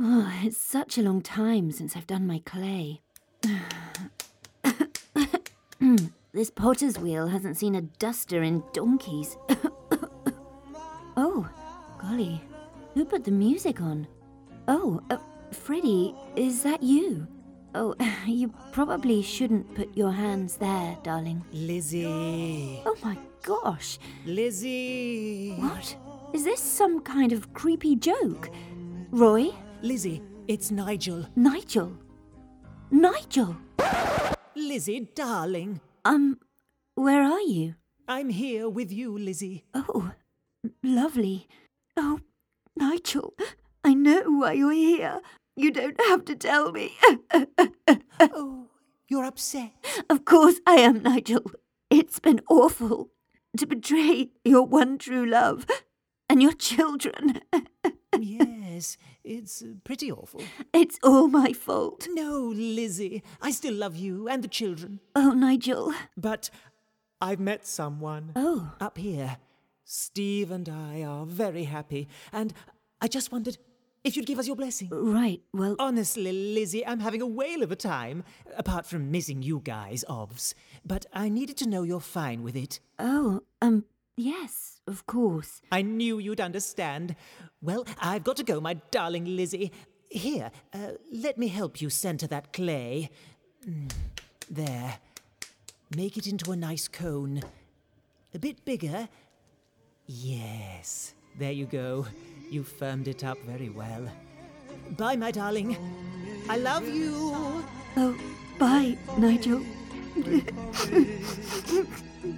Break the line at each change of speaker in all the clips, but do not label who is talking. Oh, it's such a long time since I've done my clay. this potter's wheel hasn't seen a duster in donkeys. oh, golly. Who put the music on? Oh, uh, Freddy, is that you? Oh, you probably shouldn't put your hands there, darling.
Lizzie.
Oh my gosh.
Lizzie.
What? Is this some kind of creepy joke? Roy?
Lizzie, it's Nigel.
Nigel? Nigel?
Lizzie, darling.
Um, where are you?
I'm here with you, Lizzie.
Oh, lovely. Oh, Nigel, I know why you're here. You don't have to tell me.
oh, you're upset.
Of course I am, Nigel. It's been awful to betray your one true love and your children.
yes, it's uh, pretty awful.
It's all my fault.
No, Lizzie, I still love you and the children.
Oh, Nigel.
But I've met someone
Oh,
up here. Steve and I are very happy, and I just wondered if you'd give us your blessing.
right. Well,
Honestly, Lizzie, I'm having a whale of a time, apart from missing you guys, obvs. But I needed to know you're fine with it.
oh, um, yes, of course.
I knew you'd understand. Well, I've got to go, my darling Lizzie. Here, uh, let me help you centre that clay. Mm, There. Make it into a nice cone. A bit bigger. Yes, there you go. You firmed it up very well. Bye, my darling. I love you.
Oh, bye, Nigel.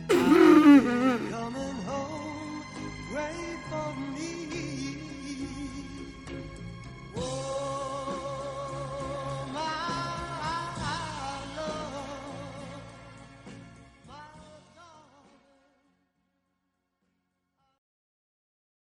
coming home. Wait for me.